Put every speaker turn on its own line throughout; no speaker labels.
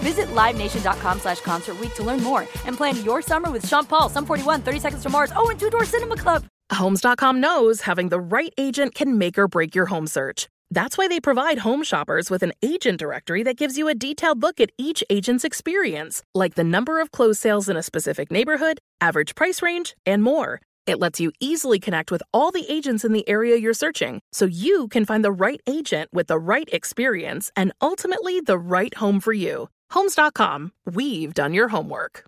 Visit LiveNation.com slash Concert Week to learn more and plan your summer with Sean Paul, Sum 41, 30 Seconds to Mars, oh, and Two Door Cinema Club.
Homes.com knows having the right agent can make or break your home search. That's why they provide home shoppers with an agent directory that gives you a detailed look at each agent's experience, like the number of closed sales in a specific neighborhood, average price range, and more. It lets you easily connect with all the agents in the area you're searching so you can find the right agent with the right experience and ultimately the right home for you. Homes.com, we've done your homework.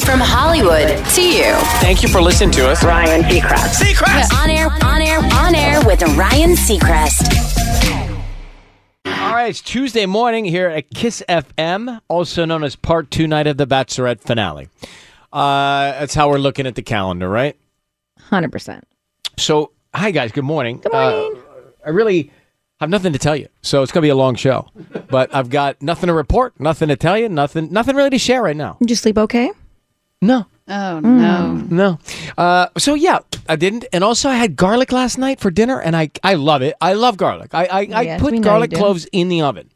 From Hollywood to you.
Thank you for listening to us.
Ryan Seacrest.
Seacrest!
On air, on air, on air with Ryan Seacrest.
All right, it's Tuesday morning here at Kiss FM, also known as part two night of the Bachelorette finale. Uh, that's how we're looking at the calendar, right?
Hundred percent.
So, hi guys, good morning. Good morning. I really have nothing to tell you, so it's gonna be a long show. But I've got nothing to report, nothing to tell you, nothing, nothing really to share right now.
Did you sleep okay? Mm.
No,
Oh, no.
No. Uh, so yeah, I didn't, and also I had garlic last night for dinner, and I I love it. I love garlic. I I, I
Yes, we
put
know
garlic
you do.
cloves in the oven.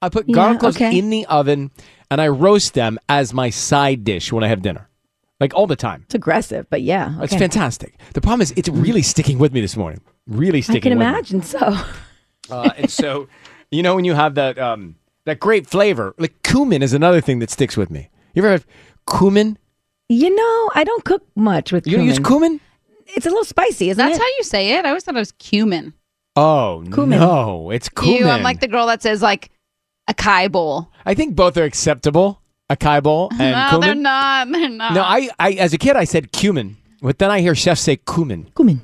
I put
Yeah,
garlic cloves
okay.
in the oven, and I roast them as my side dish when I have dinner, like all the time.
It's aggressive, but yeah, okay.
It's fantastic. The problem is, it's really sticking with me this morning. Really
I
sticking.
can
with me.
imagine. So
Uh, and so, you know, when you have that um, that great flavor, like cumin is another thing that sticks with me. You ever have cumin?
you know, I don't cook much with
You don't use cumin?
It's a little spicy, isn't
That's
it?
how you say it. I always thought it was cumin.
Oh
Cumin.
no, it's cumin.
Ew, I'm like the girl that says like a kai bowl.
I think both are acceptable. Acai bowl and
no,
cumin.
they're not. They're not.
No, I, I as a kid I said cumin, but then I hear chefs say cumin,
cumin.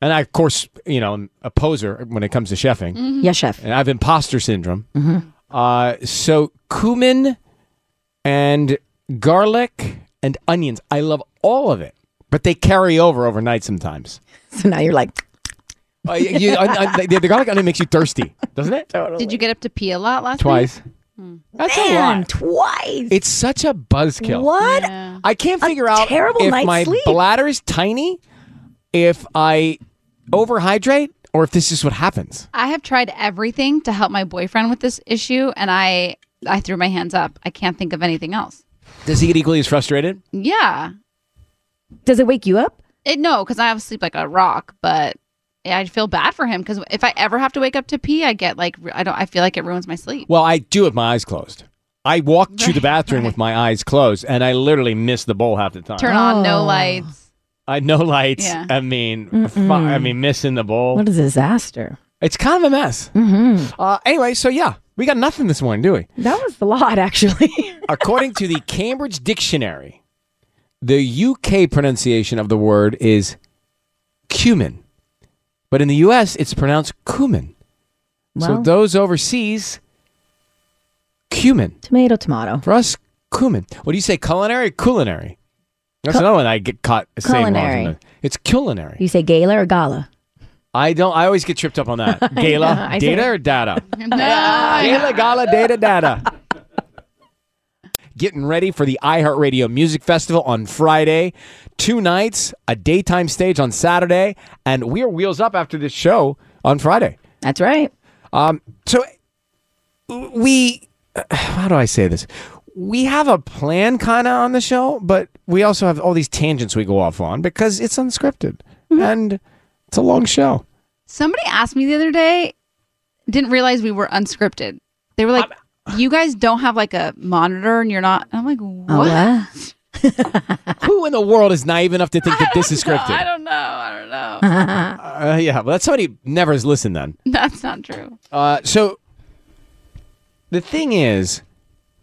and I of course you know I'm a poser when it comes to chefing,
Mm-hmm.
Yes, chef. Mm-hmm.
and I have imposter syndrome. Uh, so cumin and garlic and onions, I love all of it, but they carry over overnight sometimes.
So now you're like,
Uh, you, I, I- the, the garlic onion makes you thirsty, doesn't it?
Did you get up to pee a lot last
Twice. That's a
damn,
lot.
twice.
It's such a buzzkill.
what?
night? Yeah.
I can't
A
figure out
terrible
if
night's
my
sleep.
bladder is tiny, if I overhydrate, or if this is what happens.
I have tried everything to help my boyfriend with this issue, and I I threw my hands up. I can't think of anything else.
Does he get equally as frustrated?
Yeah,
Does it wake you up?
it, no, because I have sleep like a rock, but I feel bad for him because if I ever have to wake up to pee, I get like I don't. I feel like it ruins my sleep.
Well, I do with my eyes closed. I walk to the bathroom with my eyes closed, and I literally miss the bowl half the time.
Turn on no
Oh.
lights.
I no lights.
Yeah.
I mean, fu- I mean, missing the bowl.
What a disaster.
It's kind of a mess.
hmm
Uh, anyway, so yeah, we got nothing this morning, do we?
That was a lot, actually.
According to the Cambridge Dictionary, the UK pronunciation of the word is cumin, but in the US it's pronounced cumin. so
Well.
those overseas, cumin.
tomato, tomato.
For us, cumin. What do you say, culinary? or Culinary. That's another one I get caught saying wrong.
Culinary.
sometimes. It's culinary.
Do you say gala or gala?
I don't. I always get tripped up on that.
know,
Gala,
I
data
say-
or data?
No, I-
Gala, gala, data, data. Getting ready for the iHeartRadio Music Festival on Friday. Two nights, a daytime stage on Saturday, and we are wheels up after this show on Friday.
That's right.
Um, so we, how do I say this? We have a plan kind of on the show, but we also have all these tangents we go off on because it's unscripted
Mm-hmm.
and it's a long show.
Somebody asked me the other day, didn't realize we were unscripted. They were like, "You guys don't have like a monitor, and you're not." I'm like, "What?"
Oh, uh,
Who in the world is naive enough to think that this is
I
scripted?
don't know. I no.
Uh, yeah, well, that's somebody who never has listened then.
That's not true.
Uh, so the thing is,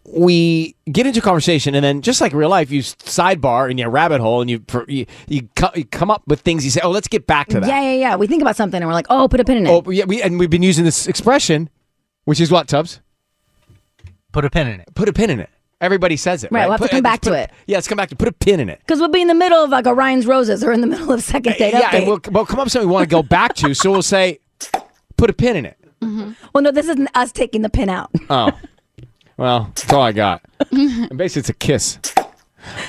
we get into a conversation, and then just like real life, you s- sidebar and you rabbit hole, and you per- you you, co- you come up with things. You say, "Oh, let's get back to that."
Yeah, yeah, yeah. We think about something and we're like, oh, put a pin in it.
Oh, yeah. We and we've been using this expression, which is what Tubbs
Put a pin in it.
put a pin in it. Everybody says it.
Right,
Right.
we'll have to
Put-
come back
put-
to it.
Yeah, let's come back to put a pin in it.
Because we'll be in the middle of like Orion's Roses or in the middle of second date
yeah,
update.
and we'll, we'll come up with something we want to go back to. So we'll say, put a pin in it.
Mm-hmm.
well, no, this isn't us taking the pin out.
Oh, well, that's all I got. And basically, it's a kiss.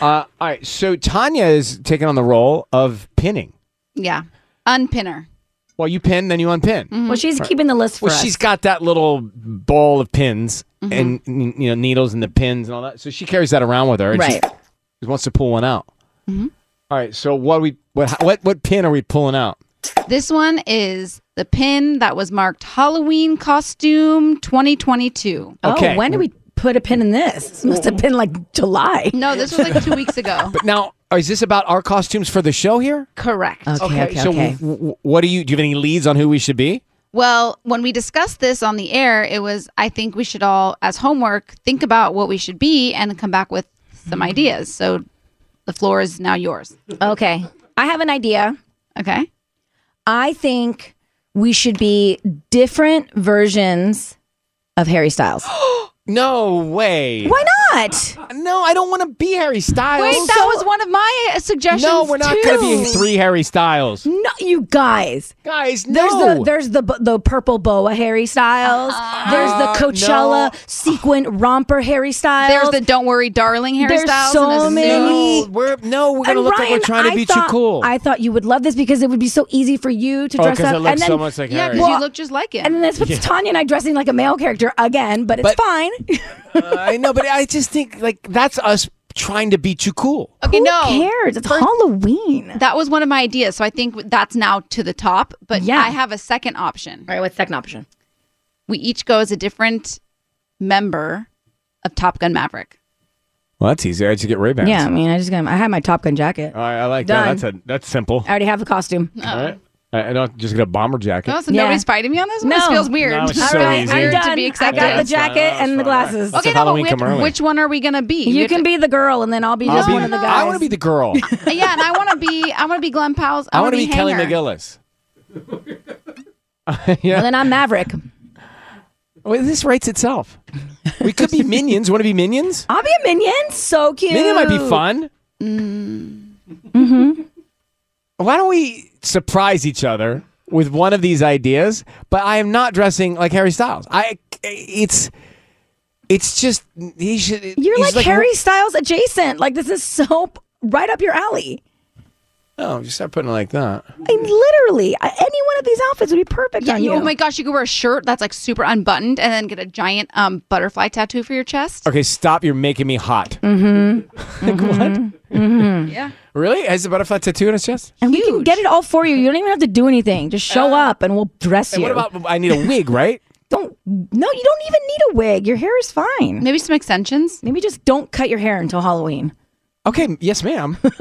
Uh, all right, so Tanya is taking on the role of pinning.
Yeah. Unpinner.
Well, you pin, then you unpin.
Mm-hmm. Well, she's keeping the list for
Well,
us. Mm-hmm.
she's got that little ball of pins and n- you know needles and the pins and all that. So she carries that around with her. And
right. Mm-hmm.
She just wants to pull one out. All right, so what are we what what what pin are we pulling out?
This one is the pin that was marked Halloween costume 2022.
Okay.
Oh, when did we put a pin in this? This must have been like July.
No, this was like two weeks ago.
Now, is this about our costumes for the show here?
Correct.
Okay, okay,
so
okay.
W- w- what do you do? You have any leads on who we should be?
Well, when we discussed this on the air, it was I think we should all, as homework, think about what we should be and come back with some ideas. So the floor is now yours.
okay. I have an idea.
Okay.
I think we should be different versions of Harry Styles.
No way.
Why not?
No, I don't want to be Harry Styles.
Wait, that was one of my suggestions.
no, we're not
going
going to be three Harry Styles.
uh, No, you guys.
Guys,
There's
no.
the there's the bu- the purple boa Harry Styles.
Uh-huh.
There's the Coachella
Uh, no.
sequin romper Harry
There's
Styles.
the "Don't Worry, Darling" Harry
There's
Styles.
so
and a
many-
suit.
no, we're no, we're going to
And
look like we're
Ryan,
trying to
I
be
thought-
too cool.
I thought you would love this because it would be so easy for you to
Oh,
dress
'cause
up.
it looks
and then,
so much like
Yeah,
Harry.
because
Well,
you look just like
and
him.
then that's what Tanya and I dressing like a male character again, but it's
But-
fine.
Uh, I know, but I just think like that's us trying to be too cool.
Okay,
Who
no,
cares? It's Halloween.
that was one of my ideas. So I think that's now to the top. But
Yeah.
I have a second option.
All right, what's second option?
We each go as a different member of Top Gun Maverick.
Well, that's easy. I just get Ray Bans.
Yeah, I mean, I just got I had my Top Gun jacket.
All right, I like
Done.
that. That's a that's simple.
I already have a costume.
Uh,
All right, I, I don't just get a bomber jacket.
Oh, so
Yeah.
nobody's fighting me on this one?
No.
This feels weird.
No, it's
All
so
right,
easy.
weird
I'm
to
done.
be
I
accepted.
got the
That's fine.
jacket and
That's
the
fine.
glasses.
That's
okay,
a
no, but
Halloween
which,
come early.
which one are we gonna be?
You can be the girl, and then I'll be
I'll
just
be-
one of the guys.
I want to be the girl.
be. Yeah, and I want to be. I want to be Glenn Powell's. I,
I
want to
be Kelly
Hanger.
McGillis.
Well, then I'm Maverick.
Well, this writes itself. We could be minions. Want to be minions?
I'll be a minion. So cute. Mm.
Minion might be fun. Why don't we surprise each other with one of these ideas? But I am not dressing like Harry Styles. I it's it's just he should.
You're
he's
like, Harry Styles adjacent. Like this is so p- right up your alley.
Oh, just start putting it like that.
I literally I, any one of these outfits would be perfect
Yeah,
on
you-
you.
oh my gosh, you could wear a shirt that's like super unbuttoned and then get a giant um butterfly tattoo for your chest.
Okay, stop. You're making me hot.
Mm-hmm.
Yeah.
Really? Has the butterfly tattoo on his chest?
and we can get it all for you. You don't even have to do anything. Just show
Uh,
up, and we'll dress
And
you.
what about? I need a wig, right?
don't no. You don't even need a wig. Your hair is fine.
Maybe some extensions.
Maybe just don't cut your hair until Halloween.
Okay. Yes, ma'am. uh,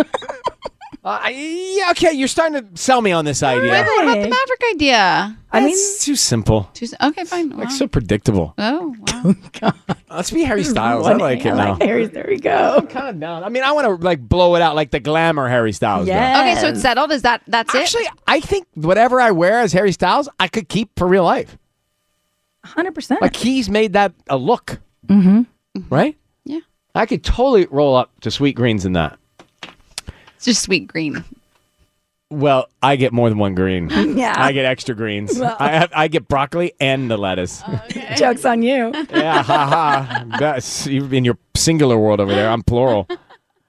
I, yeah. Okay. You're starting to sell me on this idea.
Wait, but what about the Maverick idea?
I mean, it's too simple.
Two s- Okay, fine. Wow.
Like so predictable.
Oh, wow.
Let's be Harry Styles. I like it
I
now.
like Harry's. There we go.
Calm down. I mean, I want to like blow it out like the glamour Harry Styles. though.
Yeah.
okay, so it's settled. Is that that's
Actually, I think whatever I wear as Harry Styles, I could keep for real life.
Hundred percent.
Like he's made that a look. Mm-hmm. Right?
Yeah.
I could totally roll up to sweet greens in that.
it? It's just sweet green.
Well, I get more than one green.
Yeah.
I get extra greens. I have, I get broccoli and the lettuce.
Oh. Jokes on you.
Yeah, haha. That's you in your singular world over there. I'm plural.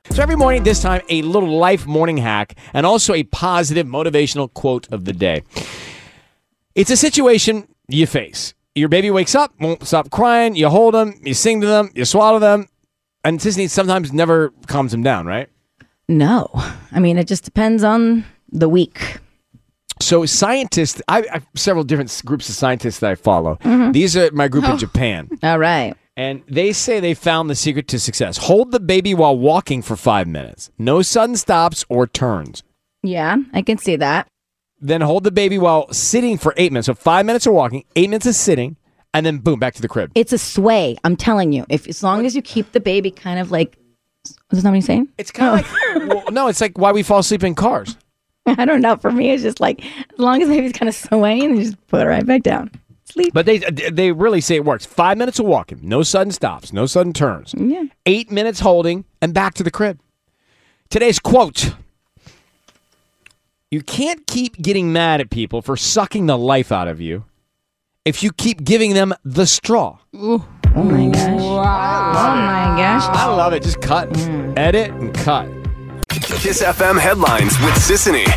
So every morning, this time, a little life morning hack and also a positive motivational quote of the day. It's a situation you face. Your baby wakes up, won't stop crying. You hold them, you sing to them, you swallow them, and Disney sometimes never calms them down, right?
No, I mean it just depends on the week.
So scientists, I, I several different s- groups of scientists that I follow. These are my group in Japan.
Mm-hmm. Oh. All right.
And they say they found the secret to success. Hold the baby while walking for five minutes. No sudden stops or turns.
Yeah, I can see that.
then hold the baby while sitting for eight minutes. So five minutes of walking, eight minutes of sitting, and then boom, back to the crib.
It's a sway. I'm telling you. If as long as you keep the baby kind of like, is that what he's saying?
It's kind of like well, no, it's like why we fall asleep in cars.
I don't know. For me, it's just like as long as the baby's kind of swaying, then you just put it right back down. Sleep.
But they they really say it works. Five minutes of walking, no sudden stops, no sudden turns.
Yeah.
Eight minutes holding, and back to the crib. Today's quote: You can't keep getting mad at people for sucking the life out of you if you keep giving them the straw.
Oh my gosh. Oh my gosh.
I love it. Just cut, edit, and cut.
Kiss FM headlines with Sissany.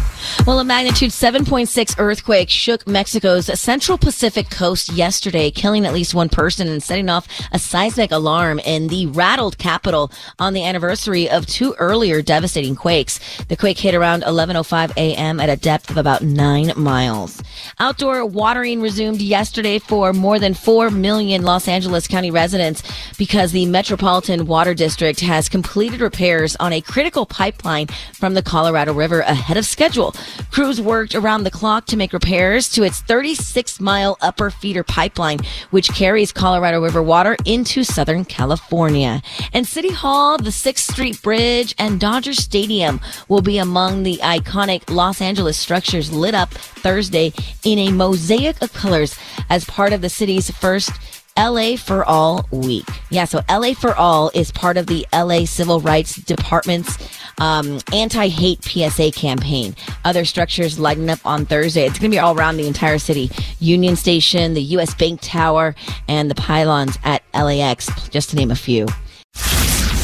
Well, a magnitude 7.6 earthquake shook Mexico's central Pacific coast yesterday, killing at least one person and setting off a seismic alarm in the rattled capital on the anniversary of two earlier devastating quakes. The quake hit around 11:05 a.m. at a depth of about 9 miles. Outdoor watering resumed yesterday for more than 4 million Los Angeles County residents because the Metropolitan Water District has completed repairs on a critical pipeline from the Colorado River ahead of schedule. Crews worked around the clock to make repairs to its 36 mile upper feeder pipeline, which carries Colorado River water into Southern California. And City Hall, the 6th Street Bridge, and Dodger Stadium will be among the iconic Los Angeles structures lit up Thursday in a mosaic of colors as part of the city's first LA for All Week. Yeah, so LA for All is part of the LA Civil Rights Department's um, anti hate PSA campaign. Other structures lighting up on Thursday. It's going to be all around the entire city Union Station, the US Bank Tower, and the pylons at LAX, just to name a few.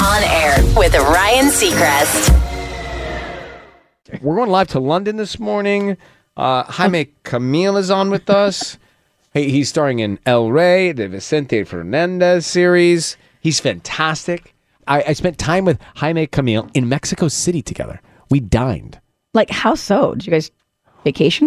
On air with Ryan Seacrest.
We're going live to London this morning. Uh, Jaime Camille is on with us. He, he's starring in El Rey, the Vicente Fernandez series. He's fantastic. I, I spent time with Jaime Camille in Mexico City together. We dined.
Like, how so? Did you guys vacation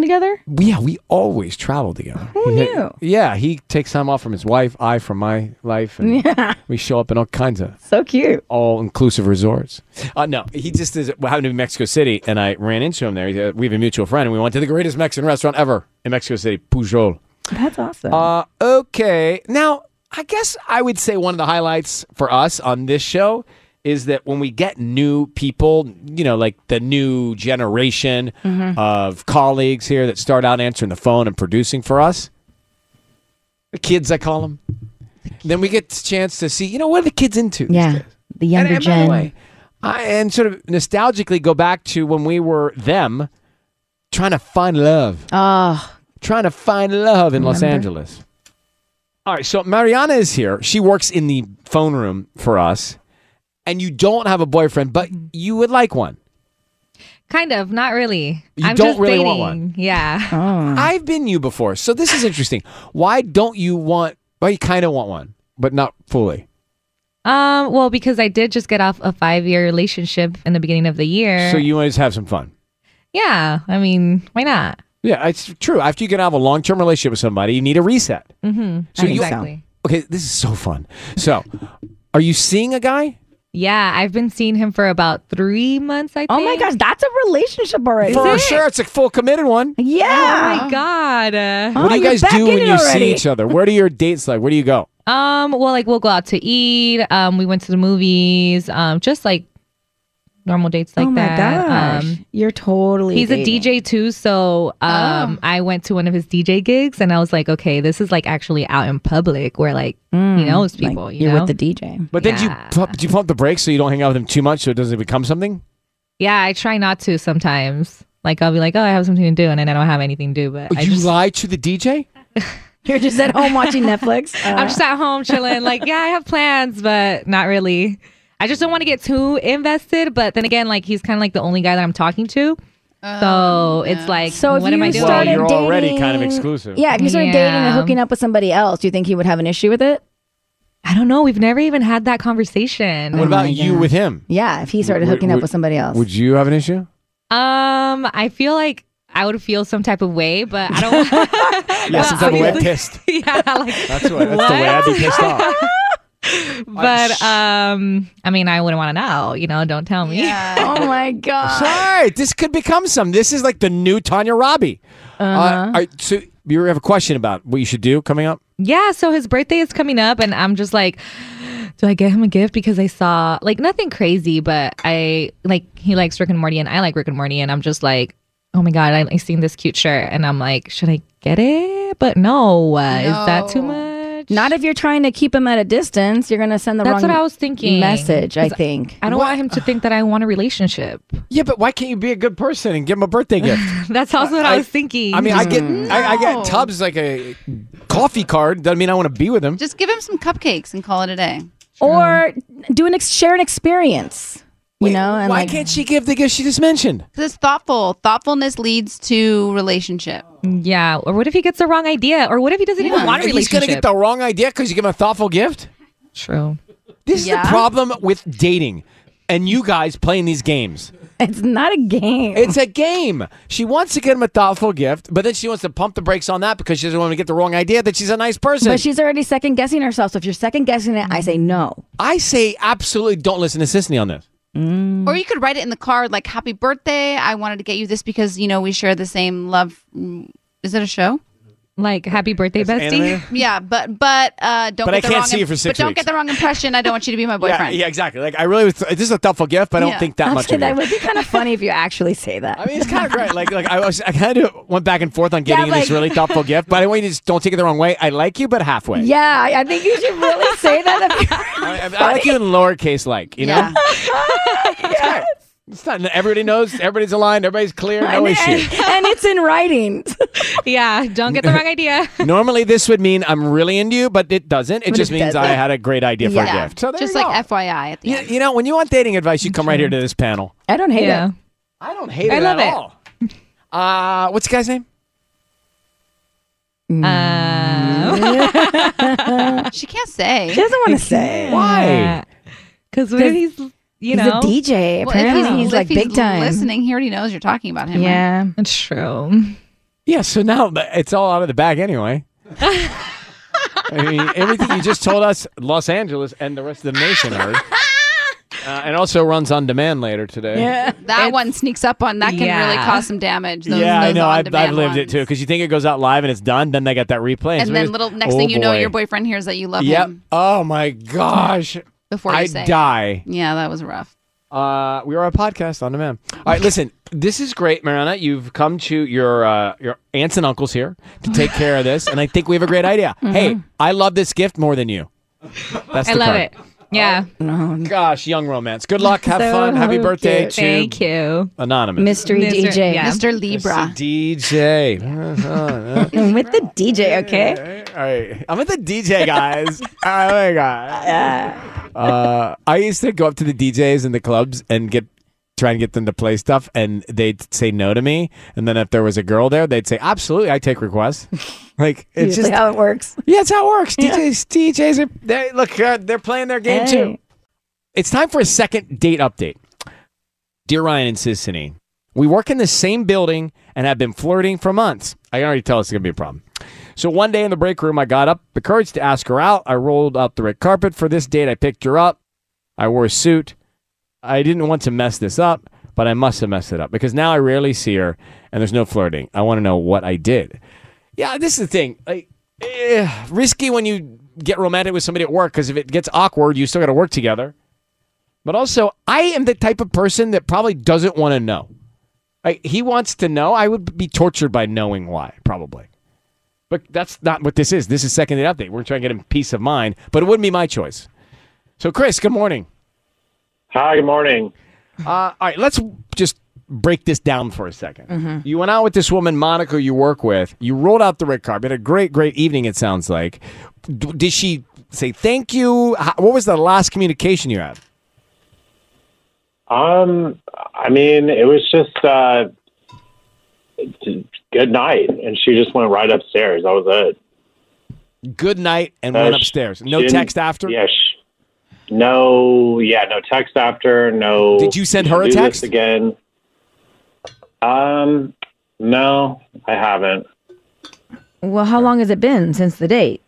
together?
Yeah, we always travel together.
Who knew?
Yeah, he takes time off from his wife, I from my life, and we show up in all kinds of
So cute.
all inclusive resorts. Uh, no, he just is. Well, happened to be in Mexico City, and I ran into him there. He- uh, We have a mutual friend, and we went to the greatest Mexican restaurant ever in Mexico City, Pujol.
That's awesome.
Uh, okay. Now, I guess I would say one of the highlights for us on this show is that when we get new people, you know, like the new generation of colleagues here that start out answering the phone and producing for us, the kids, I call them. Then we get the chance to see, you know, what are the kids into? these
yeah.
days?
The younger
and, and
gen.
By the way, I, and sort of nostalgically go back to when we were them trying to find love,
oh,
trying to find love in Los
Remember?
Angeles. All right, so Mariana is here. She works in the phone room for us. And you don't have a boyfriend, but you would like one.
Kind of, not really.
You
I'm
don't
just
really
dating.
want one.
Yeah.
Ah.
I've been you before, so this is interesting. Why don't you want? Well, you kind of want one, but not fully.
Um. Well, because I did just get off a five-year relationship in the beginning of the year.
So you want to have some fun.
Yeah. I mean, why not?
Yeah, it's true. After you get out of a long term relationship with somebody, you need a reset.
Mm-hmm.
So you-
exactly.
Okay, this is so fun. So, are you seeing a guy
Yeah, I've been seeing him for about three months. I think.
oh my gosh, that's a relationship already.
for sure? It's a full committed one.
Oh
Yeah. Oh,
my god. Uh,
what do you
Uh-huh. you're
guys
back
do
in
when
it
you
already.
see each other? Where do your dates like? Where do you go?
Um. Well, like we'll go out to eat. Um. We went to the movies. Um. Just like normal dates like
oh my
that.
gosh.
Um.
You're totally.
He's
dating.
a DJ too, so um,
Oh.
I went to one of his DJ gigs, and I was like, okay, this is like actually out in public where like he knows
Mm, Like,
people. you
you're
know?
with the DJ.
But then do you
Yeah.
pump, do you pump the brakes so you don't hang out with him too much so it doesn't become something?
Yeah, I try not to sometimes. Like I'll be like, oh, I have something to do, and then I don't have anything to do. But I
Oh, you
just,
lie to the DJ?
You're just at home watching Netflix.
I'm just at home chilling. like, yeah, I have plans, but not really. I just don't want to get too invested. But then again, like he's kind of like the only guy that I'm talking to, so it's like,
Oh, So if
what am
you
I doing?
started
Well, you're already
dating-
kind of exclusive.
Yeah, if Uh, you started dating and
Yeah.
hooking up with somebody else, do you think he would have an issue with it?
I don't know. We've never even had that conversation.
What about you with him?
Yeah, if he started
Would-
hooking
would-
up with somebody else.
Would you have an issue?
Um, I feel like I would feel some type of way, but I don't.
Yeah, some type of way
obviously-
pissed.
yeah, like
That's what. That's the way I'd be pissed off.
But um, I mean, I wouldn't want to know. You know, don't tell me.
oh my god.
Sorry, this could become some. This is like the new Tanya Robbie. Uh,
Uh-huh.
all right, so you have a question about what you should do coming up?
Yeah, so his birthday is coming up, and I'm just like, do I get him a gift? Because I saw like nothing crazy, but I like he likes Rick and Morty, and I like Rick and Morty, and I'm just like, oh my god, I, I seen this cute shirt, and I'm like, should I get it? But no, uh, is that too much?
Not if you're trying to keep him at a distance. You're going to send the
That's
wrong
what I was thinking.
message, I
'Cause
think.
I don't want him to think that I want a relationship.
Yeah, but why can't you be a good person and give him a birthday gift?
That's also what I, was thinking.
I mean, I get
Hmm.
I, I get Tubbs like a coffee card. Doesn't mean I want to be with him.
Just give him some cupcakes and call it a day.
Or do an ex- share an experience. You know, and
why
like,
can't she give the gift she just mentioned?
Because it's thoughtful. Thoughtfulness leads to relationship.
Yeah. Or what if he gets the wrong idea? Or what if he doesn't even want a
He's
relationship?
gonna get the wrong idea because you give him a thoughtful gift.
True.
This is
Yeah.
the problem with dating, and you guys playing these games.
It's not a game.
It's a game. She wants to get him a thoughtful gift, but then she wants to pump the brakes on that because she doesn't want to get the wrong idea that she's a nice person.
but she's already second guessing herself. So if you're second guessing it, I
Mm.
say no.
I say absolutely don't listen to Sisney on this.
Mm. Mm-hmm.
Or you could write it in the card like "Happy birthday! I wanted to get you this because you know we share the same love." Mm, Is it a show?
Like happy birthday, bestie.
Yeah, but but uh, don't.
But
get
I
the
can't
wrong
see you for six
But don't
weeks.
get the wrong impression. I don't want you to be my
Yeah,
boyfriend.
yeah, exactly. Like I really, was this is a thoughtful gift, but I don't
Yeah.
think that much.
Actually,
Of
that
you.
would be kind of funny if you actually say that.
I mean, it's kind of great. Like, like I was, I kind of went back and forth on getting
Yeah,
you this
like-
really thoughtful gift, but I want you to just don't take it the wrong way. I like you, but halfway.
Yeah, I- I think you should really say that.
I, I- I like you in lowercase, like you know. It's great. It's not. Everybody knows. Everybody's aligned. Everybody's clear. No issue.
and it's in writing.
yeah, don't get the wrong idea.
Normally, this would mean I'm really into you, but it doesn't. It
But
just
it
means I
doesn't.
had a great idea for a gift. So there
just
you
like
go.
FYI at the
You, you know, when you want dating advice, you come right here to this panel.
I don't hate
Yeah.
it.
I don't hate
I
it
love
at
it.
all. Uh, what's the guy's name?
Uh,
end. She can't say.
She Hmm. doesn't want to say.
Why?
Because what if he's, you know.
He's a DJ.
Well, if
Apparently,
he's,
he's,
if
like
he's
big time.
Listening, he already knows you're talking about him. right?
Yeah, it's true.
Yeah, so now th- it's all out of the bag anyway. I mean, everything you just told us, Los Angeles and the rest of the nation heard. Uh, and also runs on demand later today.
Yeah.
that one sneaks up on that can
Yeah.
really cause some damage. Those,
yeah, I
those
know. I've,
on-demand
I've lived it
ones.
too. Because you think it goes out live and it's done, then they got that replay.
And
somebody
then
goes,
little next
"Oh,
thing you know,
boy."
your boyfriend hears that you love
Yep.
him
Oh my gosh.
before you
I
say. it.
die.
Yeah, that was rough.
Uh, we are a podcast on demand. All right, listen. This is great, Mariana. You've come to your uh, your aunts and uncles here to take care of this, and I think we have a great idea. Hey, I love this gift more than you. That's
Mm-hmm. I
the
love
card.
it. Yeah.
Gosh, young romance. Good luck. Have
So
fun. Happy birthday
cute.
to
Thank you.
Anonymous.
Mystery
Mr.
DJ.
Yeah.
Mr. Libra.
DJ. Uh-huh.
And with the DJ, okay?
All right. I'm with the DJ guys. oh my god. Uh, I used to go up to the DJs in the clubs and get try and get them to play stuff and they'd say no to me and then if there was a girl there they'd say absolutely I take requests. like it's
Usually
just
how it works.
Yeah, it's how it works. DJs DJs are they look uh, they're playing their game too.
Hey.
It's time for a second date update. Dear Ryan and Sissany, we work in the same building and have been flirting for months. I can already tell it's going to be a problem. So one day in the break room, I got up the courage to ask her out. I rolled out the red carpet for this date. I picked her up. I wore a suit. I didn't want to mess this up, but I must have messed it up because now I rarely see her and there's no flirting. I want to know what I did. Yeah, this is the thing. Like, eh, risky when you get romantic with somebody at work because if it gets awkward, you still got to work together. But also, I am the type of person that probably doesn't want to know. Like, he wants to know. I would be tortured by knowing why, probably. But that's not what this is. This is second date update. We're trying to get him peace of mind, but it wouldn't be my choice. So, Chris, good morning.
Hi, good morning.
Uh, all right, let's just break this down for a 2nd You went out with this woman, Monica, you work with. You rolled out the red carpet. A great, great evening, it sounds like. D- did she say thank you? How, what was the last communication you had?
Um, I mean, it was just uh, t- good night, and she just went right upstairs. That was it.
Good night and
Uh,
went
she-
upstairs.
she
No
didn't-
text after?
Yeah. sh no. Yeah. No text after. No.
Did you send her
do
a
this
text?
again? Um. No, I haven't.
Well, how long has it been since the date?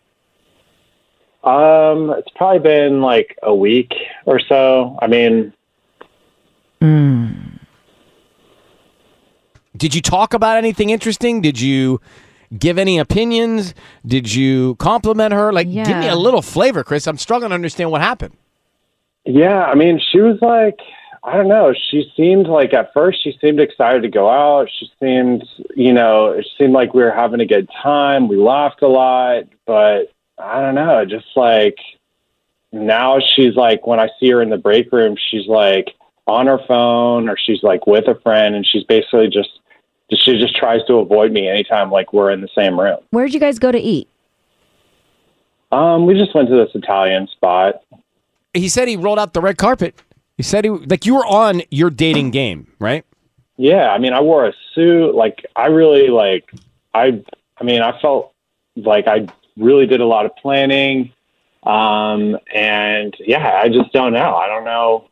Um, it's probably been like a week or so. I mean,
Did you talk about anything interesting? Did you give any opinions? Did you compliment her? Like, give me
Yeah.
a little flavor, Chris. I'm struggling to understand what happened.
Yeah, I mean, she was like, I don't know. She seemed like at first she seemed excited to go out. She seemed, you know, it seemed like we were having a good time. We laughed a lot, but I don't know. Just like now she's like, when I see her in the break room, she's like on her phone or she's like with a friend, and she's basically just she just tries to avoid me anytime like we're in the same room.
Where'd you guys go to eat?
Um, we just went to this Italian spot.
He said he rolled out the red carpet. He said he like you were on your dating game, right?
Yeah, I mean, I wore a suit. Like, I really like, I, I mean, I felt like I really did a lot of planning. Um, and yeah, I just don't know. I don't know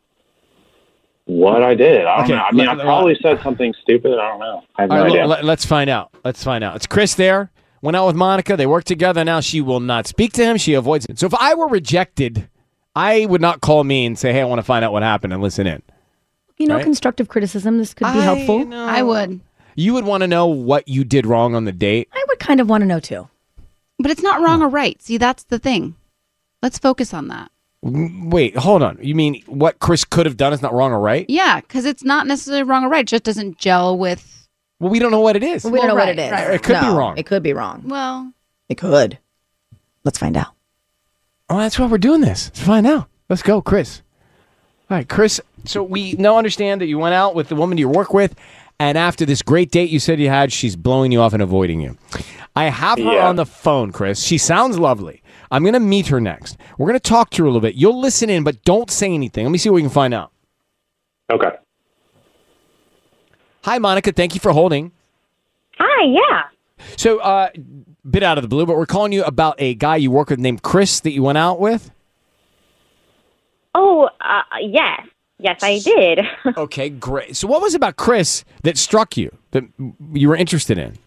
what I did. I don't
Okay,
know. I mean,
let-
I probably said something stupid. I don't know. I have no
All right,
idea.
let- let's find out. Let's find out. It's Chris there. Went out with Monica. They work together. Now she will not speak to him. She avoids it. So if I were rejected, I would not call me and say, "Hey, I want to find out what happened and listen in."
You know,
Right.
constructive criticism. This could be
I
helpful.
I would.
You would want to know what you did wrong on the date.
I would kind of want to know too.
But it's not wrong or right. See, that's the thing. Let's focus on that.
W- Wait, hold on. You mean what Chris could have done is not wrong or right?
Yeah, because it's not necessarily wrong or right. It just doesn't gel with.
Well, we don't know what it is.
Well, we don't know what it is.
It could be
No,
wrong.
It could be wrong.
Well,
It could. Let's find out.
Oh, that's why we're doing this. Let's find out. Let's go, Chris. All right, Chris. So we now understand that you went out with the woman you work with, and after this great date you said you had, she's blowing you off and avoiding you. I have her
Yeah.
on the phone, Chris. She sounds lovely. I'm going to meet her next. We're going to talk to her a little bit. You'll listen in, but don't say anything. Let me see what we can find out.
Okay.
Hi, Monica. Thank you for holding.
Hi, yeah.
So, uh, bit out of the blue, but we're calling you about a guy you work with named Chris that you went out with.
Oh, uh, yes. Yes, I did.
okay, great. So, what was it about Chris that struck you that you were interested in?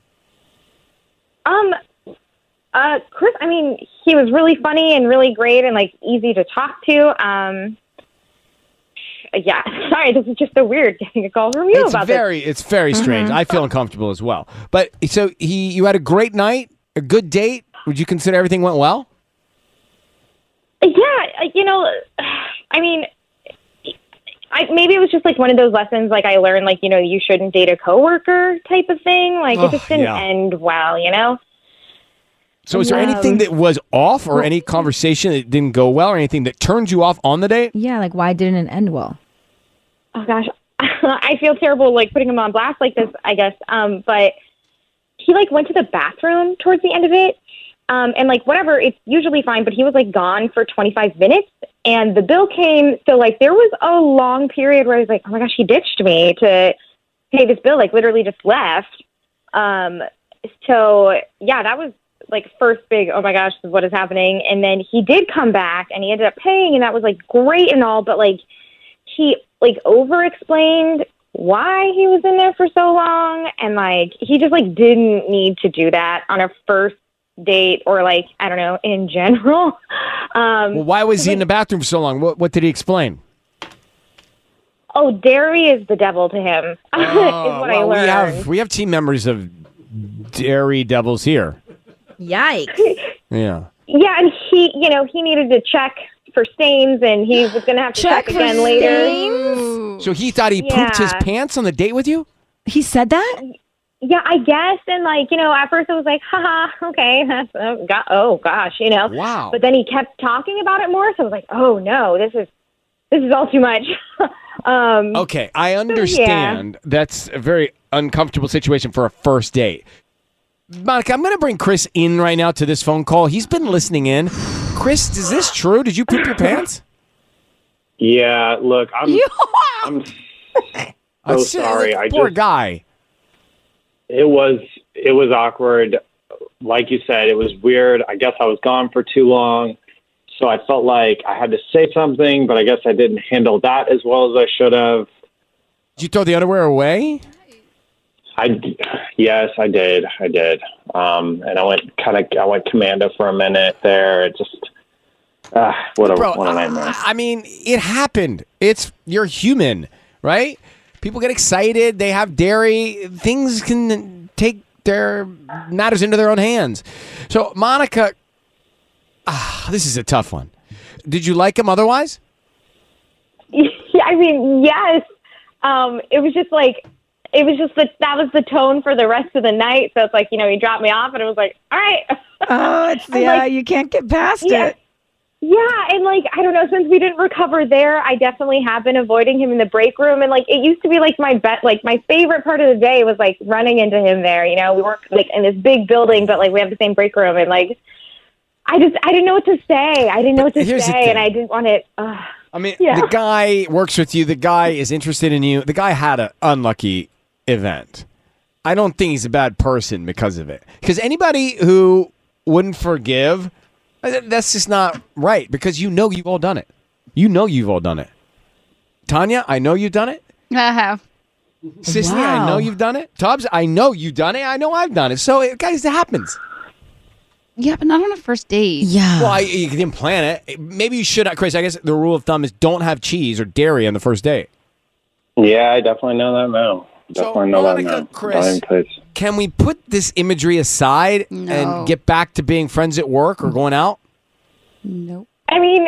Um, uh, Chris, I mean, he was really funny and really great and like easy to talk to. Um, yeah. Sorry, this is just so weird getting a call from you
it's
about Mm-hmm.
very,
this.
it's very strange. I feel uncomfortable as well. But so he, you had a great night, a good date. Would you consider everything went well?
Yeah, uh, you know, I mean, I, maybe it was just like one of those lessons, like I learned, like you know, you shouldn't date a coworker type of thing. Like
Ugh,
it just didn't
yeah.
end well, you know.
So, is there anything that was off, or any conversation that didn't go well, or anything that turned you off on the date?
Yeah, like why didn't it end well?
oh gosh, I feel terrible like putting him on blast like this, I guess. Um, but he like went to the bathroom towards the end of it. Um, and like whatever, it's usually fine, but he was like gone for 25 minutes and the bill came. So like there was a long period where I was like, oh my gosh, he ditched me to pay this bill, like literally just left. Um, so yeah, that was like first big, oh my gosh, what is happening? And then he did come back and he ended up paying and that was like great and all, but like he like over explained why he was in there for so long and like he just like didn't need to do that on a first date or like I don't know in general. Um
Well, why was he in the bathroom for so long? What, what did he explain?
oh dairy is the devil to him is
Oh.
what I
Uh, Well, we
learned.
have we have team members of Dairy Devils here.
Yikes.
Yeah.
yeah, and he you know, he needed to check for stains and he was gonna have to check, again later.
So he thought he pooped his
Yeah.
pants on the date with you?
He said that?
Yeah, I guess. And like, you know, at first I was like, haha, okay. that's- oh, go- oh gosh, you know.
Wow.
But then he kept talking about it more, so I was like, oh no, this is this is all too much. um
Okay, I understand that's a very uncomfortable situation for a first date. Monica, I'm going to bring Chris in right now to this phone call. He's been listening in. Chris, is this true? Did you poop your pants?
Yeah, look, I'm, I'm
I'm
so
serious,
sorry. I
poor
just,
guy.
It was it was awkward. Like you said, it was weird. I guess I was gone for too long. So I felt like I had to say something, but I guess I didn't handle that as well as I should have.
Did you throw the underwear away?
I d- yes, I did. I did. Um, and I went kind of I went commando for a minute there. It just Ah, what a
Bro, uh,
what a nightmare.
I mean, it happened. It's you're human, right? People get excited. They have dairy. Things can take their matters into their own hands. So, Monica, ah, this is a tough one. Did you like him otherwise?
Yeah, I mean, yes. Um, it was just like it was just that that was the tone for the rest of the night. So it's like you know he dropped me off, and it was like, all right.
Oh, it's,
I'm
yeah,
like-
you can't get past
Yeah.
it.
Yeah, and like I don't know, since we didn't recover there, I definitely have been avoiding him in the break room, and like it used to be like my bet, like my favorite part of the day was like running into him there. You know, we work like in this big building, but like we have the same break room, and like I just I didn't know what to say. I didn't know what to
here's the
say,
thing.
and I didn't want it. Uh,
I mean,
yeah,
The guy works with you. The guy is interested in you. The guy had an unlucky event. I don't think he's a bad person because of it. Because anybody who wouldn't forgive, uh, that's just not right. Because you know you've all done it. You know you've all done it. Tanya, I know you've done it.
I have.
Sisney, I know you've done it. Tubbs, I know you've done it. I know I've done it. So, it, guys, it happens.
Yeah, but not on a first date.
Well, I, you didn't plan it. Maybe you should, Chris. I guess the rule of thumb is don't have cheese or dairy on the first date.
Yeah, I definitely know that now. Definitely know
Monica,
that now.
Chris-
Not even close.
Can we put this imagery aside
No.
and get back to being friends at work or going out?
Nope.
I mean,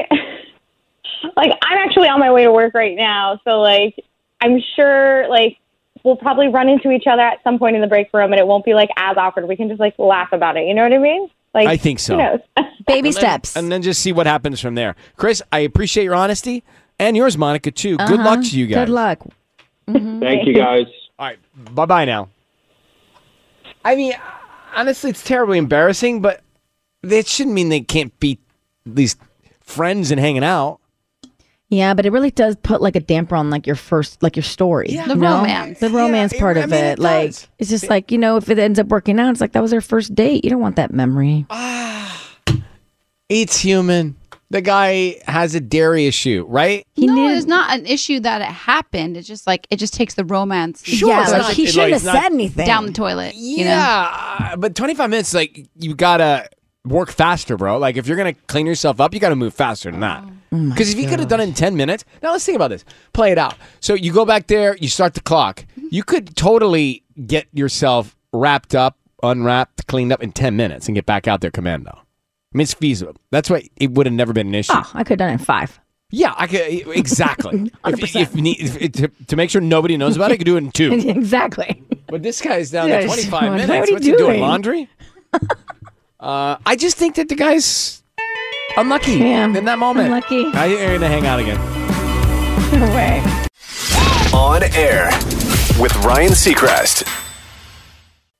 like I'm actually on my way to work right now, so like I'm sure like we'll probably run into each other at some point in the break room, and it won't be like as awkward. We can just like laugh about it. You know what I mean? Like
I think so.
who knows?
Baby
steps. And then just see what happens from there. Chris, I appreciate your honesty and yours, Monica, too. Uh-huh. Good luck to you guys.
Uh-huh. luck. Mm-hmm.
Thank you guys.
All right. Bye bye now. I mean, honestly, it's terribly embarrassing, but that shouldn't mean they can't be at least friends and hanging out.
Yeah, but it really does put like a damper on like your first, like your story. Yeah,
The romance.
The romance part of it. like, it's just like, you know, if it ends up working out, it's like that was our first date. You don't want that memory.
Ah, It's human. The guy has a dairy issue, right?
no, it's not an issue that it happened. It's just like it just takes the romance.
Sure, Yeah, it's like, not- he it's shouldn't like- have it's not- said
anything.
Down the toilet. You know?
Yeah, uh, but 25 minutes, like, you gotta work faster, bro. Like, if you're gonna clean yourself up, you gotta move faster than that.
Oh
Because if you could have done it in 10 minutes, now let's think about this. Play it out. So you go back there, you start the clock. You could totally get yourself wrapped up, unwrapped, cleaned up in 10 minutes and get back out there commando. I mean, it's feasible. That's why it would have never been an issue.
Oh,
Ah.
I could have done it in five.
Yeah, I could e, exactly. if, if, need- if, to, to make sure nobody knows about it, I could do it in two.
exactly.
But this guy's down there
Yeah,
25
Sean, what
minutes.
are you
What's he doing?
doing?
Laundry? uh, I just think that the guy's unlucky
Yeah,
in that moment.
unlucky.
I think they're going to hang out again.
No way.
On air with Ryan Seacrest.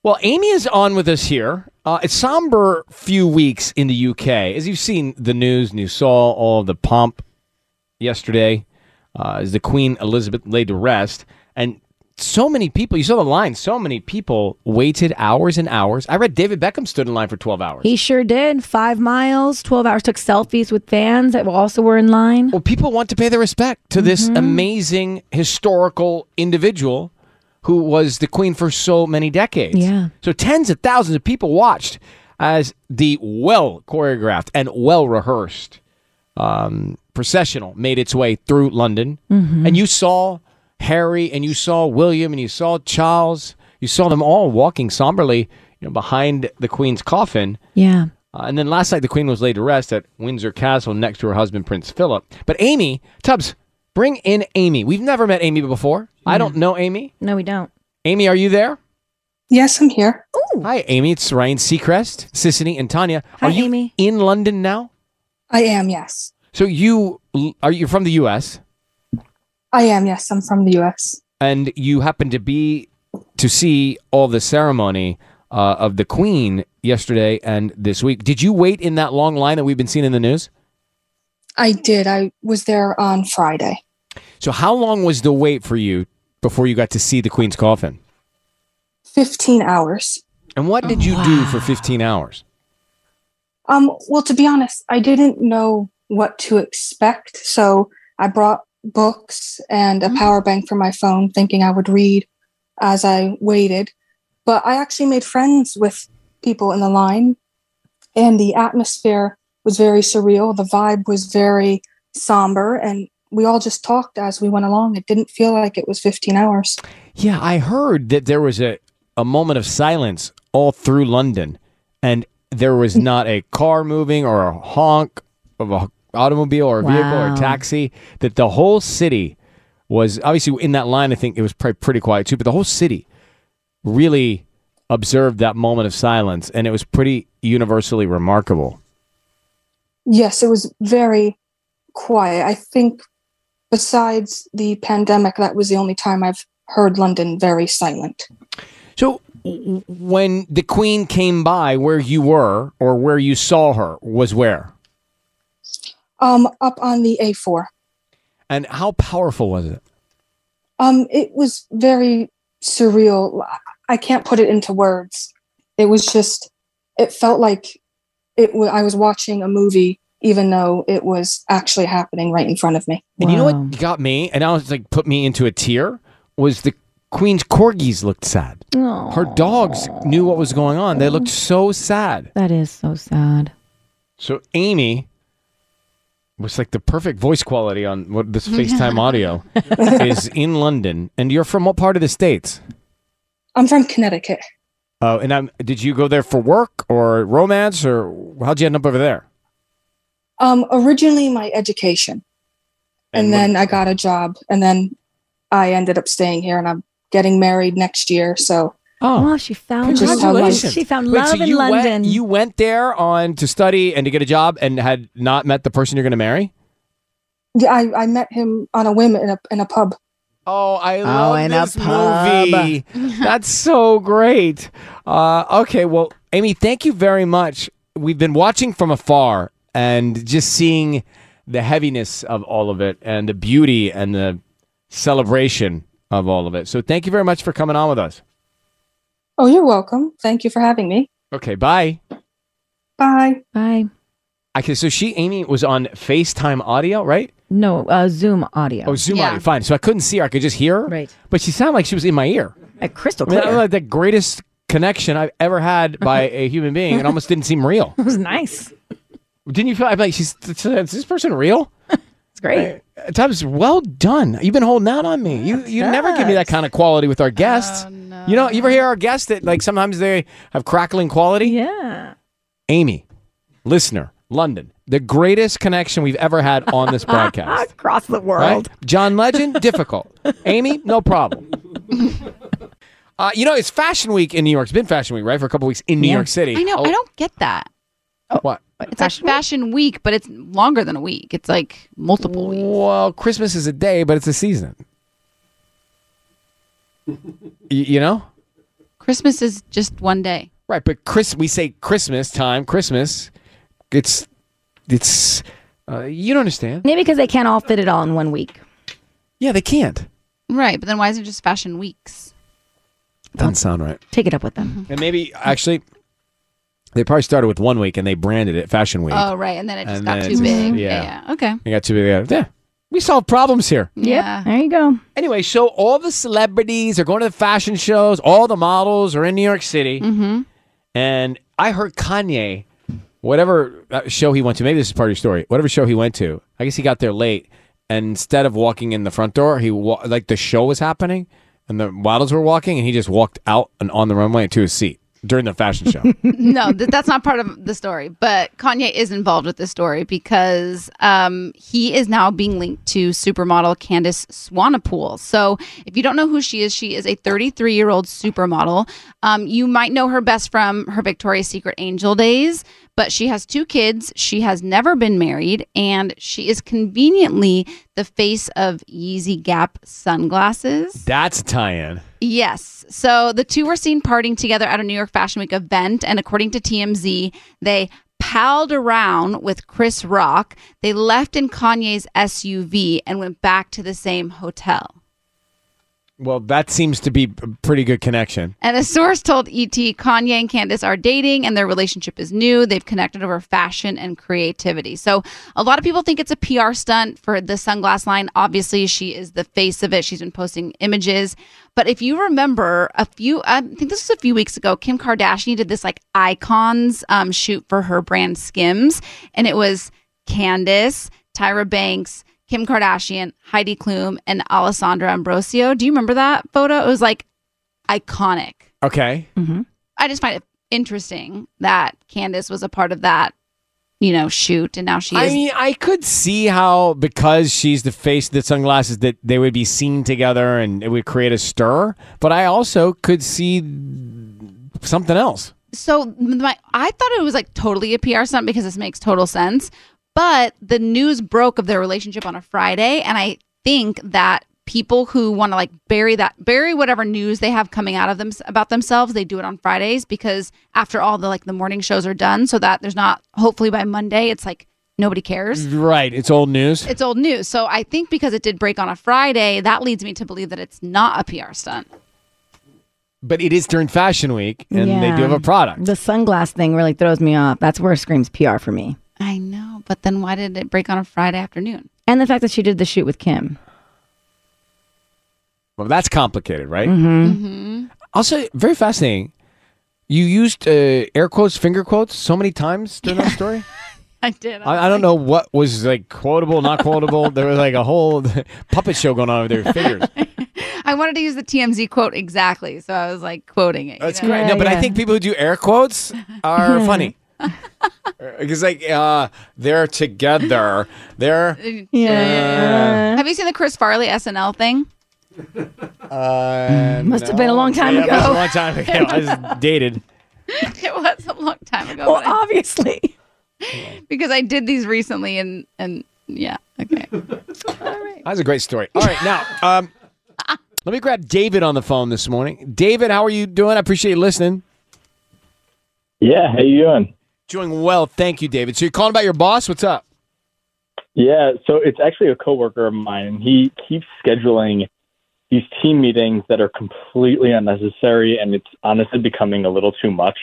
Well, Amy is on with us here. Uh, it's somber few weeks in the UK. As you've seen the news and you saw all the pomp yesterday uh, as the Queen Elizabeth laid to rest. And so many people, you saw the line, so many people waited hours and hours. I read David Beckham stood in line for 12 hours.
He sure did. Five miles, 12 hours, took selfies with fans that also were in line.
Well, people want to pay their respect to this amazing historical individual who was the queen for so many decades.
Yeah.
So tens of thousands of people watched as the well choreographed and well rehearsed um, processional made its way through London.
Mhm.
And you saw Harry and you saw William and you saw Charles. You saw them all walking somberly you know, behind the queen's coffin.
Yeah.
Uh, and then last night, the Queen was laid to rest at Windsor Castle next to her husband, Prince Philip. But Amy, Tubbs, bring in Amy. We've never met Amy before. I don't know Amy.
No, we don't.
Amy, are you there?
Yes, I'm here.
Hi, Amy. It's Ryan Seacrest, Sissany, and Tanya. Hi, are you Amy. in London now?
I am, yes.
So you are you from the U.S.
I am, yes. I'm from the US.
and you happen to be to see all the ceremony uh, of the Queen yesterday and this week. Did you wait in that long line that we've been seeing in the news?
I did. I was there on Friday.
So how long was the wait for you before you got to see the Queen's coffin?
15 hours.
And what did you do for 15 hours?
Um, well, to be honest, I didn't know what to expect. So I brought books and a power bank for my phone, thinking I would read as I waited. But I actually made friends with people in the line, and the atmosphere was very surreal. The vibe was very somber, and we all just talked as we went along. It didn't feel like it was 15 hours.
Yeah, I heard that there was a, a moment of silence all through London, and there was not a car moving or a honk of a automobile or a vehicle or
Wow.
a taxi. That the whole city was obviously in that line. I think it was probably pretty quiet too, but the whole city really observed that moment of silence, and it was pretty universally remarkable.
Yes, it was very quiet. I think besides the pandemic, that was the only time I've heard London very silent.
So w- when the Queen came by, where you were or where you saw her was where,
Um, up on the A4.
and how powerful was it?
Um, it was very surreal. I can't put it into words. It was just, it felt like it. wa- I was watching a movie, even though it was actually happening right in front of me.
And you know what got me, and I was like, put me into a tear, was the Queen's corgis looked sad.
Oh,
Her dogs knew what was going on. They looked so sad.
That is so sad.
So Amy was like the perfect voice quality on what this FaceTime audio is in London. And you're from what part of the States?
I'm from Connecticut.
Oh, and I'm, did you go there for work or romance or how'd you end up over there?
Um, originally, my education, and,
And what-
then I got a job, and then I ended up staying here, and I'm getting married next year. So,
Oh,
she
found
Congratulations. Wait, so you Went, you went there on to study and to get a job and had not met the person you're going to marry?
Yeah, I, I met him on a whim in a in a pub.
Oh, I
love
in
this movie.
That's so great. Uh, okay, well, Amy, thank you very much. We've been watching from afar and just seeing the heaviness of all of it and the beauty and the celebration of all of it. So thank you very much for coming on with us.
Oh, you're welcome. Thank you for having me.
Okay, bye.
Bye.
Bye.
Okay, so she, Amy, was on FaceTime audio, right?
No, uh, Zoom audio.
Oh, Zoom audio, fine. So I couldn't see her; I could just hear her. Right. But she sounded like she was in my ear.
At crystal
I mean, I
clear.
had the greatest connection I've ever had by a human being. It almost didn't seem real.
It was nice.
Didn't you feel I'm like she's is this person real?
It's great.
Uh, Tubbs, well done. You've been holding out on me. You you never give me that kind of quality with our
Oh,
guests. You know, you ever hear our guests that like sometimes they have crackling quality?
Yeah.
Amy, listener, London, the greatest connection we've ever had on this broadcast.
Across the
Right?
world.
John Legend, difficult. Amy, no problem. Uh, you know, it's Fashion Week in New York. It's been Fashion Week, right, for a couple weeks in New
Yeah.
York City. Oh.
I know. I don't get that.
What?
It's fashion, fashion week, but it's longer than a week. It's like multiple
weeks. Well, Christmas is a day, but it's a season. Y- you know,
Christmas is just one day.
right? But Chris, we say Christmas time, Christmas. It's it's uh, you don't understand.
Maybe because they can't all fit it all in one week.
Yeah, they can't.
Right, but then why isn't it just fashion weeks?
Doesn't sound right.
Take it up with them.
And maybe actually, they probably started with one week and they branded it Fashion Week.
Oh, right, and then it just
And
got
then
too
it's just-
big.
yeah.
Yeah. yeah. Okay.
They got two big. Yeah, we solve problems here.
Yeah.
There you go.
Anyway, so all the celebrities are going to the fashion shows. All the models are in New York City.
Mm-hmm.
Mm-hmm.
Mhm.
And I heard Kanye, whatever uh, show he went to, maybe this is part of your story, whatever show he went to, I guess he got there late. And instead of walking in the front door, he wa- like the show was happening and the models were walking, and he just walked out and on the runway to his seat during the fashion show.
no, th- that's not part of the story. But Kanye is involved with this story because um, he is now being linked to supermodel Candace Swanepoel. So, if you don't know who she is, she is a 33 year old supermodel. Um, you might know her best from her Victoria's Secret Angel days, but she has two kids. She has never been married, and she is conveniently the face of Yeezy Gap sunglasses.
That's a tie in.
Yes. So the two were seen partying together at a New York Fashion Week event. And according to TMZ, they palled around with Chris Rock. They left in Kanye's SUV and went back to the same hotel.
Well, that seems to be a pretty good connection.
And a source told ET Kanye and Candace are dating and their relationship is new. They've connected over fashion and creativity. So, a lot of people think it's a PR stunt for the sunglass line. Obviously, she is the face of it. She's been posting images. But if you remember, a few, I think this was a few weeks ago, Kim Kardashian did this like icons um, shoot for her brand Skims. And it was Candace, Tyra Banks, Kim Kardashian, Heidi Klum, and Alessandra Ambrosio. Do you remember that photo? It was like iconic.
Okay.
Mm-hmm.
I just find it interesting that Candace was a part of that, you know, shoot, and now she
I
is.
mean, I could see how because she's the face of the sunglasses that they would be seen together and it would create a stir. But I also could see something else.
so my, I thought it was like totally a PR stunt because this makes total sense. But the news broke of their relationship on a Friday, and I think that people who want to like bury that bury whatever news they have coming out of them about themselves they do it on fridays because after all the like the morning shows are done so that there's not hopefully by monday it's like nobody cares
Right. It's old news.
It's old news. So I think because it did break on a Friday, that leads me to believe that it's not a PR stunt.
But it is during Fashion Week and they do have
Yeah.
a product.
The sunglass thing really throws me off. That's where it screams PR for me.
I know, Oh, but then why did it break on a Friday afternoon?
And the fact that she did the shoot with Kim.
Well, that's complicated, right?
Mm-hmm.
Also, very fascinating. You used uh, air quotes, finger quotes, so many times during that story.
I did.
I, I don't know what was like quotable, not quotable. there was like a whole puppet show going on with their fingers.
I wanted to use the TMZ quote exactly, so I was like quoting it. you
That's
know?
great. no, but I think people who do air quotes are funny. Because like uh, they're together, they're
Yeah, Have you seen the Chris Farley SNL thing?
Uh, uh,
Must have been a long time
Yeah, must have
ago.
been a long time ago. I was dated.
it was a long time ago.
Well,
but I-
obviously.
because I did these recently, and and yeah, okay.
That was a great story. All right, now um, let me grab David on the phone this morning. David, how are you doing? I appreciate you listening.
Yeah, how you doing?
Doing well, thank you, David. So you're calling about your boss? What's up?
Yeah, so it's actually a coworker of mine, and he keeps scheduling these team meetings that are completely unnecessary, and it's honestly becoming a little too much.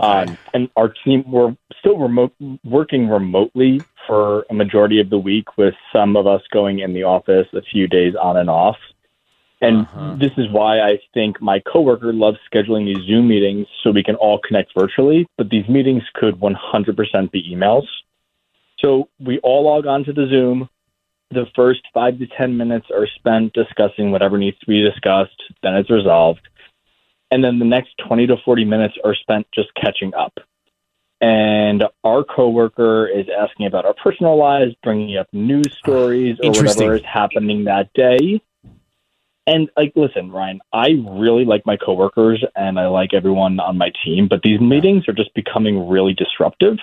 Um, and our team, we're still remote, working remotely for a majority of the week, with some of us going in the office a few days on and off. And this is why I think my coworker loves scheduling these Zoom meetings so we can all connect virtually, but these meetings could 100% be emails. So we all log on to the Zoom. The first five to 10 minutes are spent discussing whatever needs to be discussed, then it's resolved. And then the next 20 to 40 minutes are spent just catching up. And our coworker is asking about our personal lives, bringing up news stories or
Interesting.
whatever is happening that day. And like, listen, Ryan, I really like my coworkers and I like everyone on my team, but these meetings are just becoming really disruptive.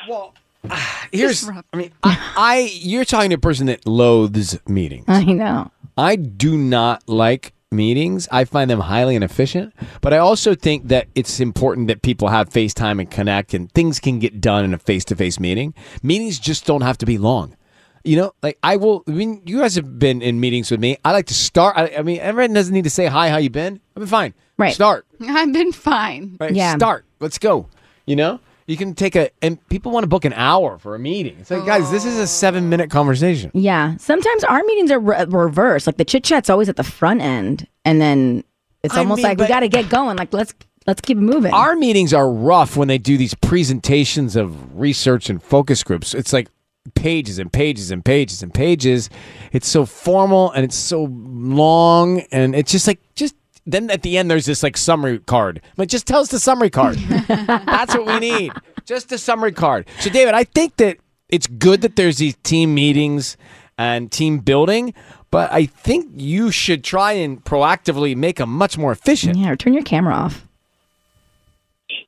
Here's, I mean, I, I you're talking to a person that loathes meetings.
I know.
I do not like meetings. I find them highly inefficient, but I also think that it's important that people have FaceTime and connect and things can get done in a face-to-face meeting. Meetings just don't have to be long. You know, like I will I mean you guys have been in meetings with me. I like to start I, I mean everyone doesn't need to say hi, how you been? I've been fine. Right. Start.
I've been fine.
Right? Start. Let's go. You know? You can take a and people want to book an hour for a meeting. It's like, guys, this is a seven minute conversation.
Yeah. Sometimes our meetings are re- reversed. Like the chit chat's always at the front end, and then it's
I
almost
mean,
like we
but-
got to get going. Like let's let's keep it moving.
Our meetings are rough when they do these presentations of research and focus groups. It's like pages and pages and pages and pages. It's so formal and it's so long and it's just like just then at the end there's this like summary card. I'm like just tell us the summary card. That's what we need. Just the summary card. So David, I think that it's good that there's these team meetings and team building, but I think you should try and proactively make them much more efficient.
Yeah, or turn your camera off.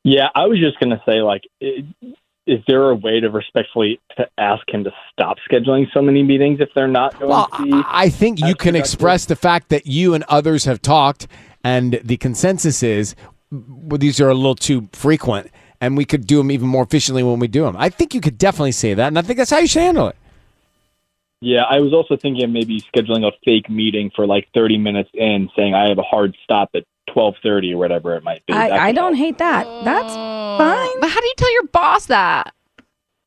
Yeah, I was just going to say, like, i- is there a way to respectfully to ask him to stop scheduling so many meetings if they're not going
Well,
to be?
I think you can express the fact that you and others have talked, and the consensus is well, these are a little too frequent, and we could do them even more efficiently when we do them. I think you could definitely say that, and I think that's how you should handle it.
Yeah, I was also thinking of maybe scheduling a fake meeting for like 30 minutes in, saying I have a hard stop at 12:30 or whatever it might be. That
I, I don't hate that. That's
Oh.
fine.
But how do you tell your boss that?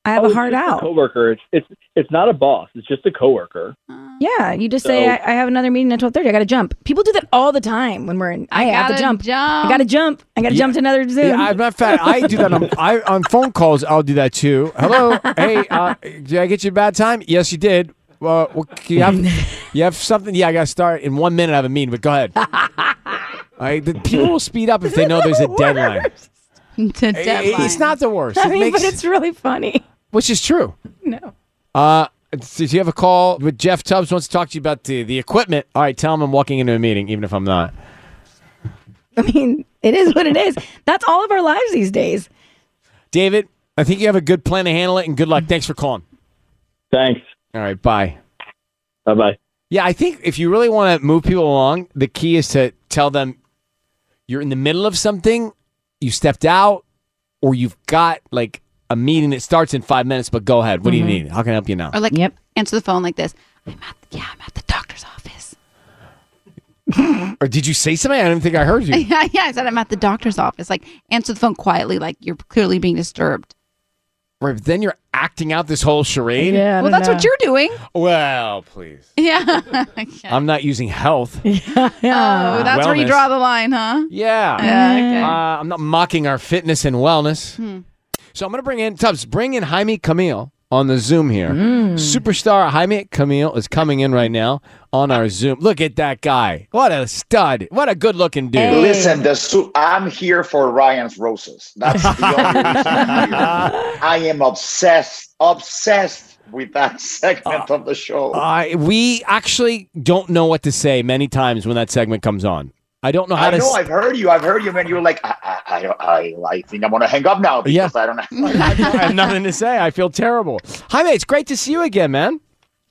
I have
Oh,
a
it's
hard
just
out.
coworker. It's, it's it's not a boss. It's just a coworker.
Oh. Yeah, you just say
So-
I, I have another meeting at twelve thirty. I got to jump. People do that all the time when we're in. I, have to
gotta
jump.
jump.
I got to jump. I got to
Yeah.
jump to another Zoom.
Yeah, as a matter of fact, I do that on I, on phone calls. I'll do that too. Hello, hey, uh, did I get you a bad time? Yes, you did. Well, well, can you have you have something? Yeah, I got to start in one minute. I have a meeting, but go ahead. All right, the people will speed up if they know there's a deadline. It- It's not the worst.
I
It
mean,
makes-
but it's really funny.
which is true.
No.
Uh, did you have a call with Jeff Tubbs? Wants to talk to you about the the equipment. All right, tell him I'm walking into a meeting, even if I'm not.
I mean, it is what it is. That's all of our lives these days.
David, I think you have a good plan to handle it, and good luck. Thanks for calling.
Thanks.
All right, bye.
Bye bye.
Yeah, I think if you really want to move people along, the key is to tell them you're in the middle of something, you stepped out, or you've got like a meeting that starts in five minutes, but go ahead. What do you need? How can I help you now?
Or like answer the phone like this.
Or did you say something? I didn't think I heard you.
yeah, yeah, I said I'm at the doctor's office. Like answer the phone quietly, like you're clearly being disturbed.
Right, but then you're acting out this whole charade.
well, that's what you're doing.
Well, please.
Yeah.
I'm not using health.
Oh, that's where you
Wellness.
draw the line, huh?
Yeah.
Oh,
Yeah, okay.
Uh, I'm not mocking our fitness and wellness.
Hmm.
So I'm going to bring in Tubbs. Bring in Jaime Camille on the Zoom here.
Hmm.
Superstar Jaime Camille is coming in right now on our Zoom. Look at that guy. What a stud. What a good looking dude.
Listen, the su- I'm here for Ryan's roses. That's the only reason I'm here. I am obsessed, obsessed with that segment of the show.
I we actually don't know what to say many times when that segment comes on. I don't know how
I
to.
know
s-
I've heard you. I've heard you, and you're like, I, I, I, don't- I, I think I'm gonna hang up now
Yeah.
because I don't have.
I have nothing to say. I feel terrible. Jaime, it's great to see you again, man.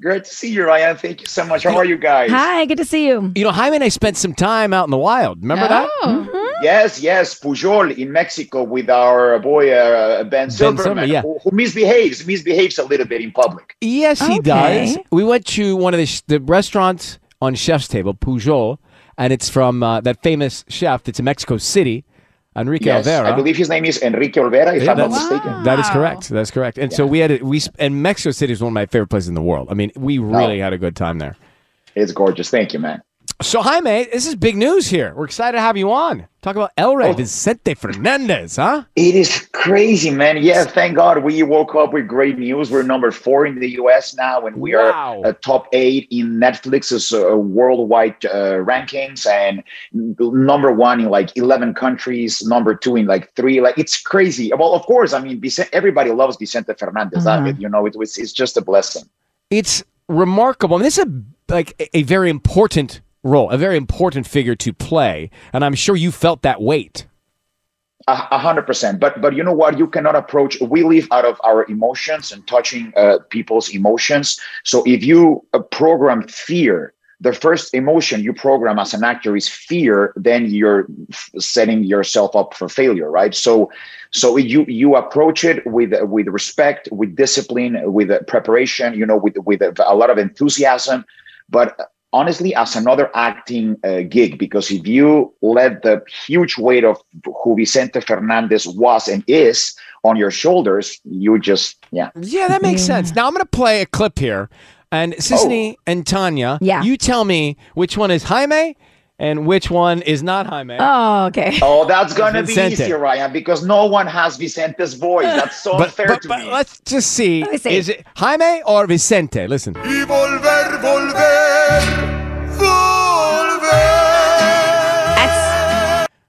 Great to see you, Ryan. Thank you so much. How are you guys?
Hi,
good to see you.
You know, Jaime and I spent some time out in the wild. Remember that? Mm-hmm.
Yes, yes, Pujol in Mexico with our boy uh, Ben Silverman,
Silver, yeah.
who, who misbehaves, misbehaves a little bit in public.
Yes, he does. We went to one of the, sh- the restaurants on Chef's Table, Pujol, and it's from uh, that famous chef that's in Mexico City, Enrique
Yes,
Alvera.
I believe his name is Enrique Olvera, if
Yeah,
I'm not
that's-
mistaken.
That is correct. That's correct. And so we had a, we sp- and Mexico City is one of my favorite places in the world. I mean, we really had a good time there.
It's gorgeous. Thank you, man.
So hi, mate. This is big news here. We're excited to have you on. Talk about El Rey Vicente Fernandez, huh?
Oh. It is crazy, man. Yeah, thank God we woke up with great news. We're number four in the U.S. now, and we
Wow.
are uh, top eight in Netflix's uh, worldwide uh, rankings, and n- number one in like eleven countries, number two in like three. Like it's crazy. Well, of course, I mean, Vicen- everybody loves Vicente Fernandez. I mean, you know, it, it's it's just a blessing.
It's remarkable. I mean, this is a, like a- a very important role, a very important figure to play, and I'm sure you felt that weight.
A a hundred percent. But but you know what? You cannot approach. We live out of our emotions and touching uh, people's emotions. So if you uh, program fear, the first emotion you program as an actor is fear. Then you're f- setting yourself up for failure, right? So so you you approach it with with respect, with discipline, with uh, preparation. You know, with with a, a lot of enthusiasm, but. uh, Honestly, as another acting uh, gig, because if you let the huge weight of who Vicente Fernandez was and is on your shoulders, you just yeah.
Yeah, that makes sense. Now I'm going to play a clip here, and Sisney
Oh.
and Tanya, yeah. you tell me which one is Jaime and which one is not Jaime.
Oh, okay.
Oh, that's gonna be
Vicente.
easier, Ryan, because no one has Vicente's voice. That's so
But,
unfair
but-
to
but
me.
let's just see,
Let me see.
is it Jaime or Vicente? Listen.
Y volver, volver.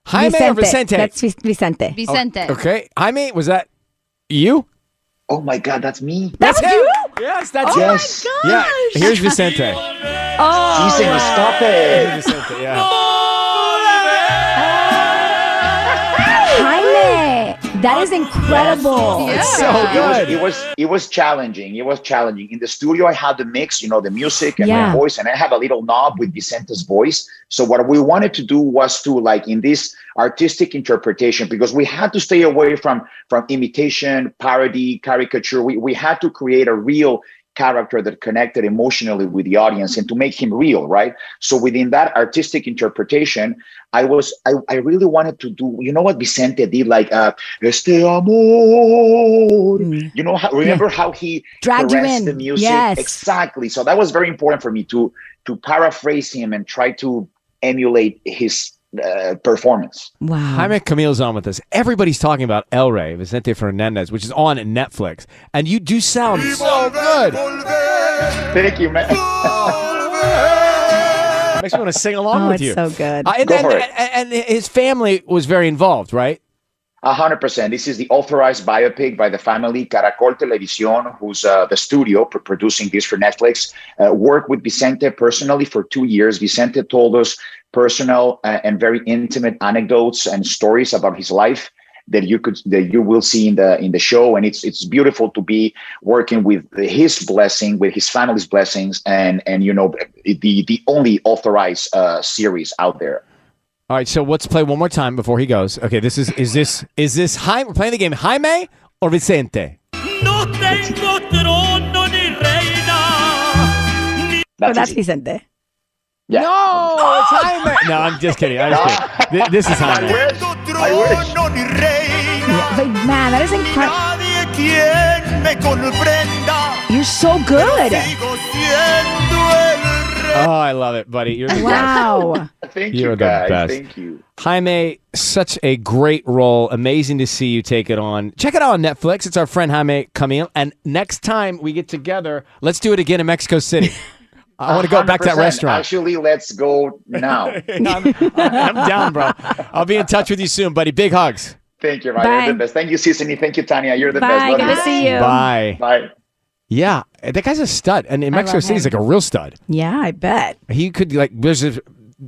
Jaime or Vicente?
That's Vic- Vicente.
Oh, okay. Jaime, was that you?
Oh my God, that's me.
That's, you?
Yes, that's
oh
yes.
my gosh.
Yeah, here's Vicente.
Oh,
He's saying, stop it.
Vicente, yeah.
Jaime. That is
Oh,
incredible.
It was, it was it was challenging. It was challenging. In the studio, I had the mix, you know, the music and
Yeah.
my voice, and I have a little knob with Vicente's voice. So what we wanted to do was to like in this artistic interpretation, because we had to stay away from from imitation, parody, caricature. We we had to create a real character that connected emotionally with the audience and to make him real right so within that artistic interpretation i was i, I really wanted to do you know what vicente did like uh este amor you know how, remember how he
Dragged you
caressed
in.
the music
Yes.
exactly so that was very important for me to to paraphrase him and try to emulate his uh, performance
Wow.
Jaime Camille's on with us. Everybody's talking about El Rey, Vicente Fernandez, which is on Netflix. And you do sound so good.
Thank you, man.
Makes me want to sing along
Oh,
with
it's
you.
so good.
Uh, and,
Go
and-
for it.
and- and his family was very involved, right?
A hundred percent. This is the authorized biopic by the family Caracol Televisión, who's uh, the studio pr- producing this for Netflix. Uh, worked with Vicente personally for two years. Vicente told us personal uh, and very intimate anecdotes and stories about his life that you could that you will see in the in the show and it's it's beautiful to be working with his blessing with his family's blessings and and you know the the only authorized uh series out there
All right, so let's play one more time before he goes. Okay, this is is this is this Jaime? We're playing the game Jaime or Vicente?
Oh,
No tengo trono ni reina. Ni...
That's, that's Vicente.
Yeah.
No, it's Jaime. No, I'm just kidding. I'm just kidding. Th- This is Jaime.
Trono ni reina.
But man, that is incredible.
Nadie quien me comprenda.
You're so good.
Sigo siendo el
Oh, I love it, buddy. You're the
Wow.
Thank
You're
you,
the
guys.
best.
Thank you.
Jaime, such a great role. Amazing to see you take it on. Check it out on Netflix. It's our friend Jaime Camille. And next time we get together, let's do it again in Mexico City. I want to go back to that
100%.
restaurant.
Actually, let's go now.
I'm down, bro. I'll be in touch with you soon, buddy. Big hugs.
Thank you, Ryan. You're the best. Thank you, Sisney. Thank you, Tanya. You're the
Bye.
best. Love
Good to see you. Bye.
Bye.
Yeah, that guy's a stud, and in
I
Mexico
love
City, he's
him.
like a real stud.
Yeah, I bet.
He could like there's a,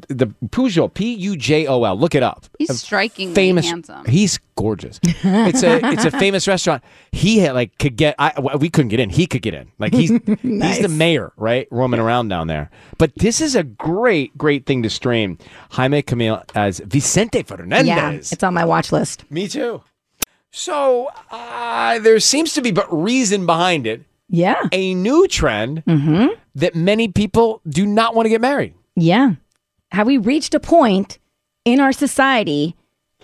the Pujol P U J O L. Look it up.
He's
A
strikingly
famous.
handsome.
He's gorgeous. it's a it's a famous restaurant. He had, like could get. I we couldn't get in. He could get in. Like he's he's the mayor, right? Roaming around down there. But this is a great great thing to stream. Jaime Camille as Vicente Fernandez.
yeah, it's on my watch list.
Me too. So uh, there seems to be but reason behind it.
Yeah. Mm-hmm.
A new trend that many people do not want to get married.
Yeah. Have we reached a point in our society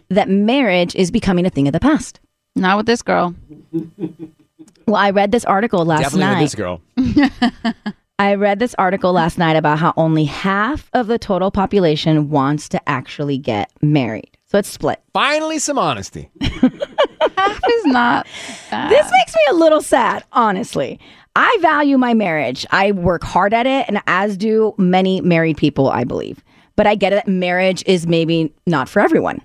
that marriage is becoming a thing of the past?
Not with this girl.
Well, I read this article last
Definitely with
night.
this girl.
I read this article last night about how only half of the total population wants to actually get married. So it's split.
Finally, some honesty.
Half is not. This makes me a little sad, honestly. I value my marriage. I work hard at it, and as do many married people, I believe. But I get it. Marriage is maybe not for everyone.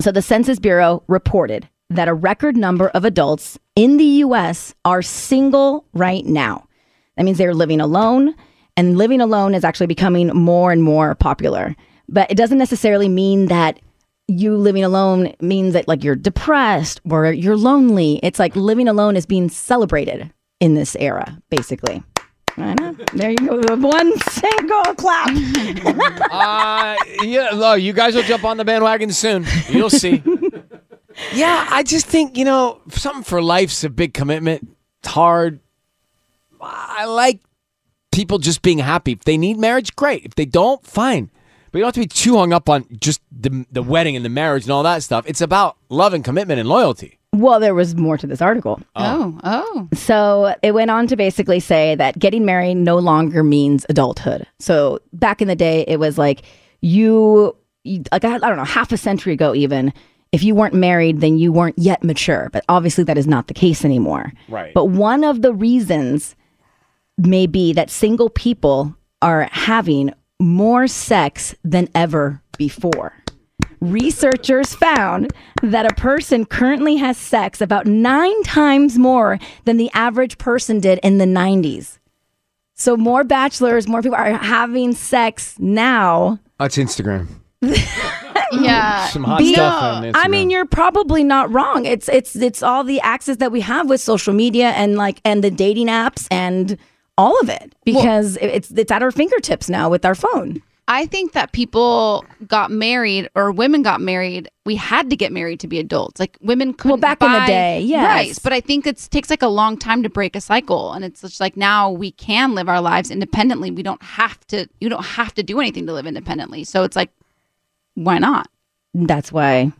So the Census Bureau reported that a record number of adults in the US are single right now. That means they're living alone, and living alone is actually becoming more and more popular. But it doesn't necessarily mean that you living alone means that like you're depressed or you're lonely. It's like living alone is being celebrated in this era, basically. I know. There you go. The One single clap.
uh, yeah, no, you guys will jump on the bandwagon soon. You'll see. yeah, I just think, you know, something for life's a big commitment. It's hard. I like people just being happy. If they need marriage, great. If they don't, fine. But you don't have to be too hung up on just the, the wedding and the marriage and all that stuff. It's about love and commitment and loyalty.
Well, there was more to this article.
Oh, oh.
So it went on to basically say that getting married no longer means adulthood. So back in the day, it was like you, you like I, I don't know, half a century ago, even if you weren't married, then you weren't yet mature. But obviously, that is not the case anymore.
Right.
But one of the reasons may be that single people are having more sex than ever before. Researchers found that a person currently has sex about nine times more than the average person did in the 90s. So, more bachelors, more people are having sex now.
That's Instagram.
Yeah.
Mm-hmm. Some hot stuff on Instagram.
I mean, you're probably not wrong. It's it's it's all the access that we have with social media and like and the dating apps and all of it because it- it's it's at our fingertips now with our phone.
I think that people got married or women got married. We had to get married to be adults. Like women couldn't well, back
in the day, yes.
Right. But I think it takes like a long time to break a cycle. And it's just like now we can live our lives independently. We don't have to, you don't have to do anything to live independently. So it's like, why not?
That's why.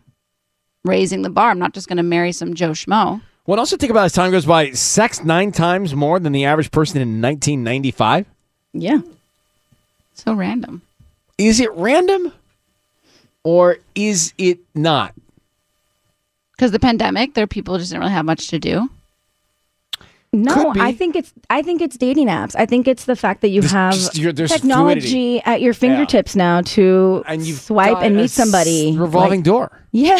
Raising the bar. I'm not just going to marry some Joe Schmo.
What also think about as time goes by, sex nine times more than the average person in 1995.
Yeah.
So random.
Is it random, or is it not?
Because the pandemic, there are people who just didn't really have much to do.
No, I think it's I think it's dating apps. I think it's the fact that you have
just your- there's
technology
fluidity.
at your fingertips now to
And you've
swipe
got
and
a
meet
s-
somebody.
revolving
Like-
door.
Yeah.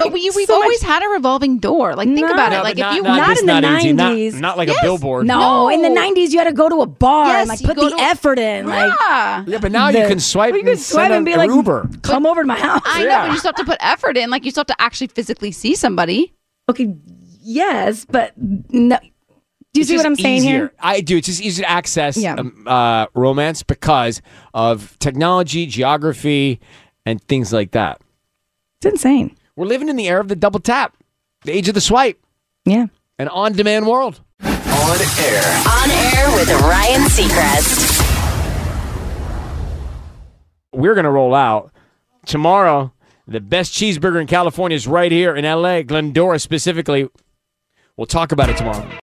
But we, we've always had a revolving door. Like think
No.
about
No,
it. Like
but
if you
not- not this not easy. Not-
not like a billboard.
No, in the '90s, you had to go to a bar and like
you
put
go
the effort in. Like,
yeah.
Yeah, but now you can swipe
You can
and
swipe
send
and
an
be like,
Uber.
"Come over to my house."
I know, but you still have to put effort in. Like you still have to actually physically see somebody.
Okay. Yes, but no. Do you
It's
see what
just
I'm saying
easier.
here?
I do. It's just easy to access
Yeah.
um, uh, romance because of technology, geography, and things like that.
It's insane.
We're living in the era of the double tap, the age of the swipe.
Yeah.
An on demand world.
On air.
On air with Ryan Seacrest.
We're going to roll out tomorrow. The best cheeseburger in California is right here in LA, Glendora specifically. We'll talk about it tomorrow.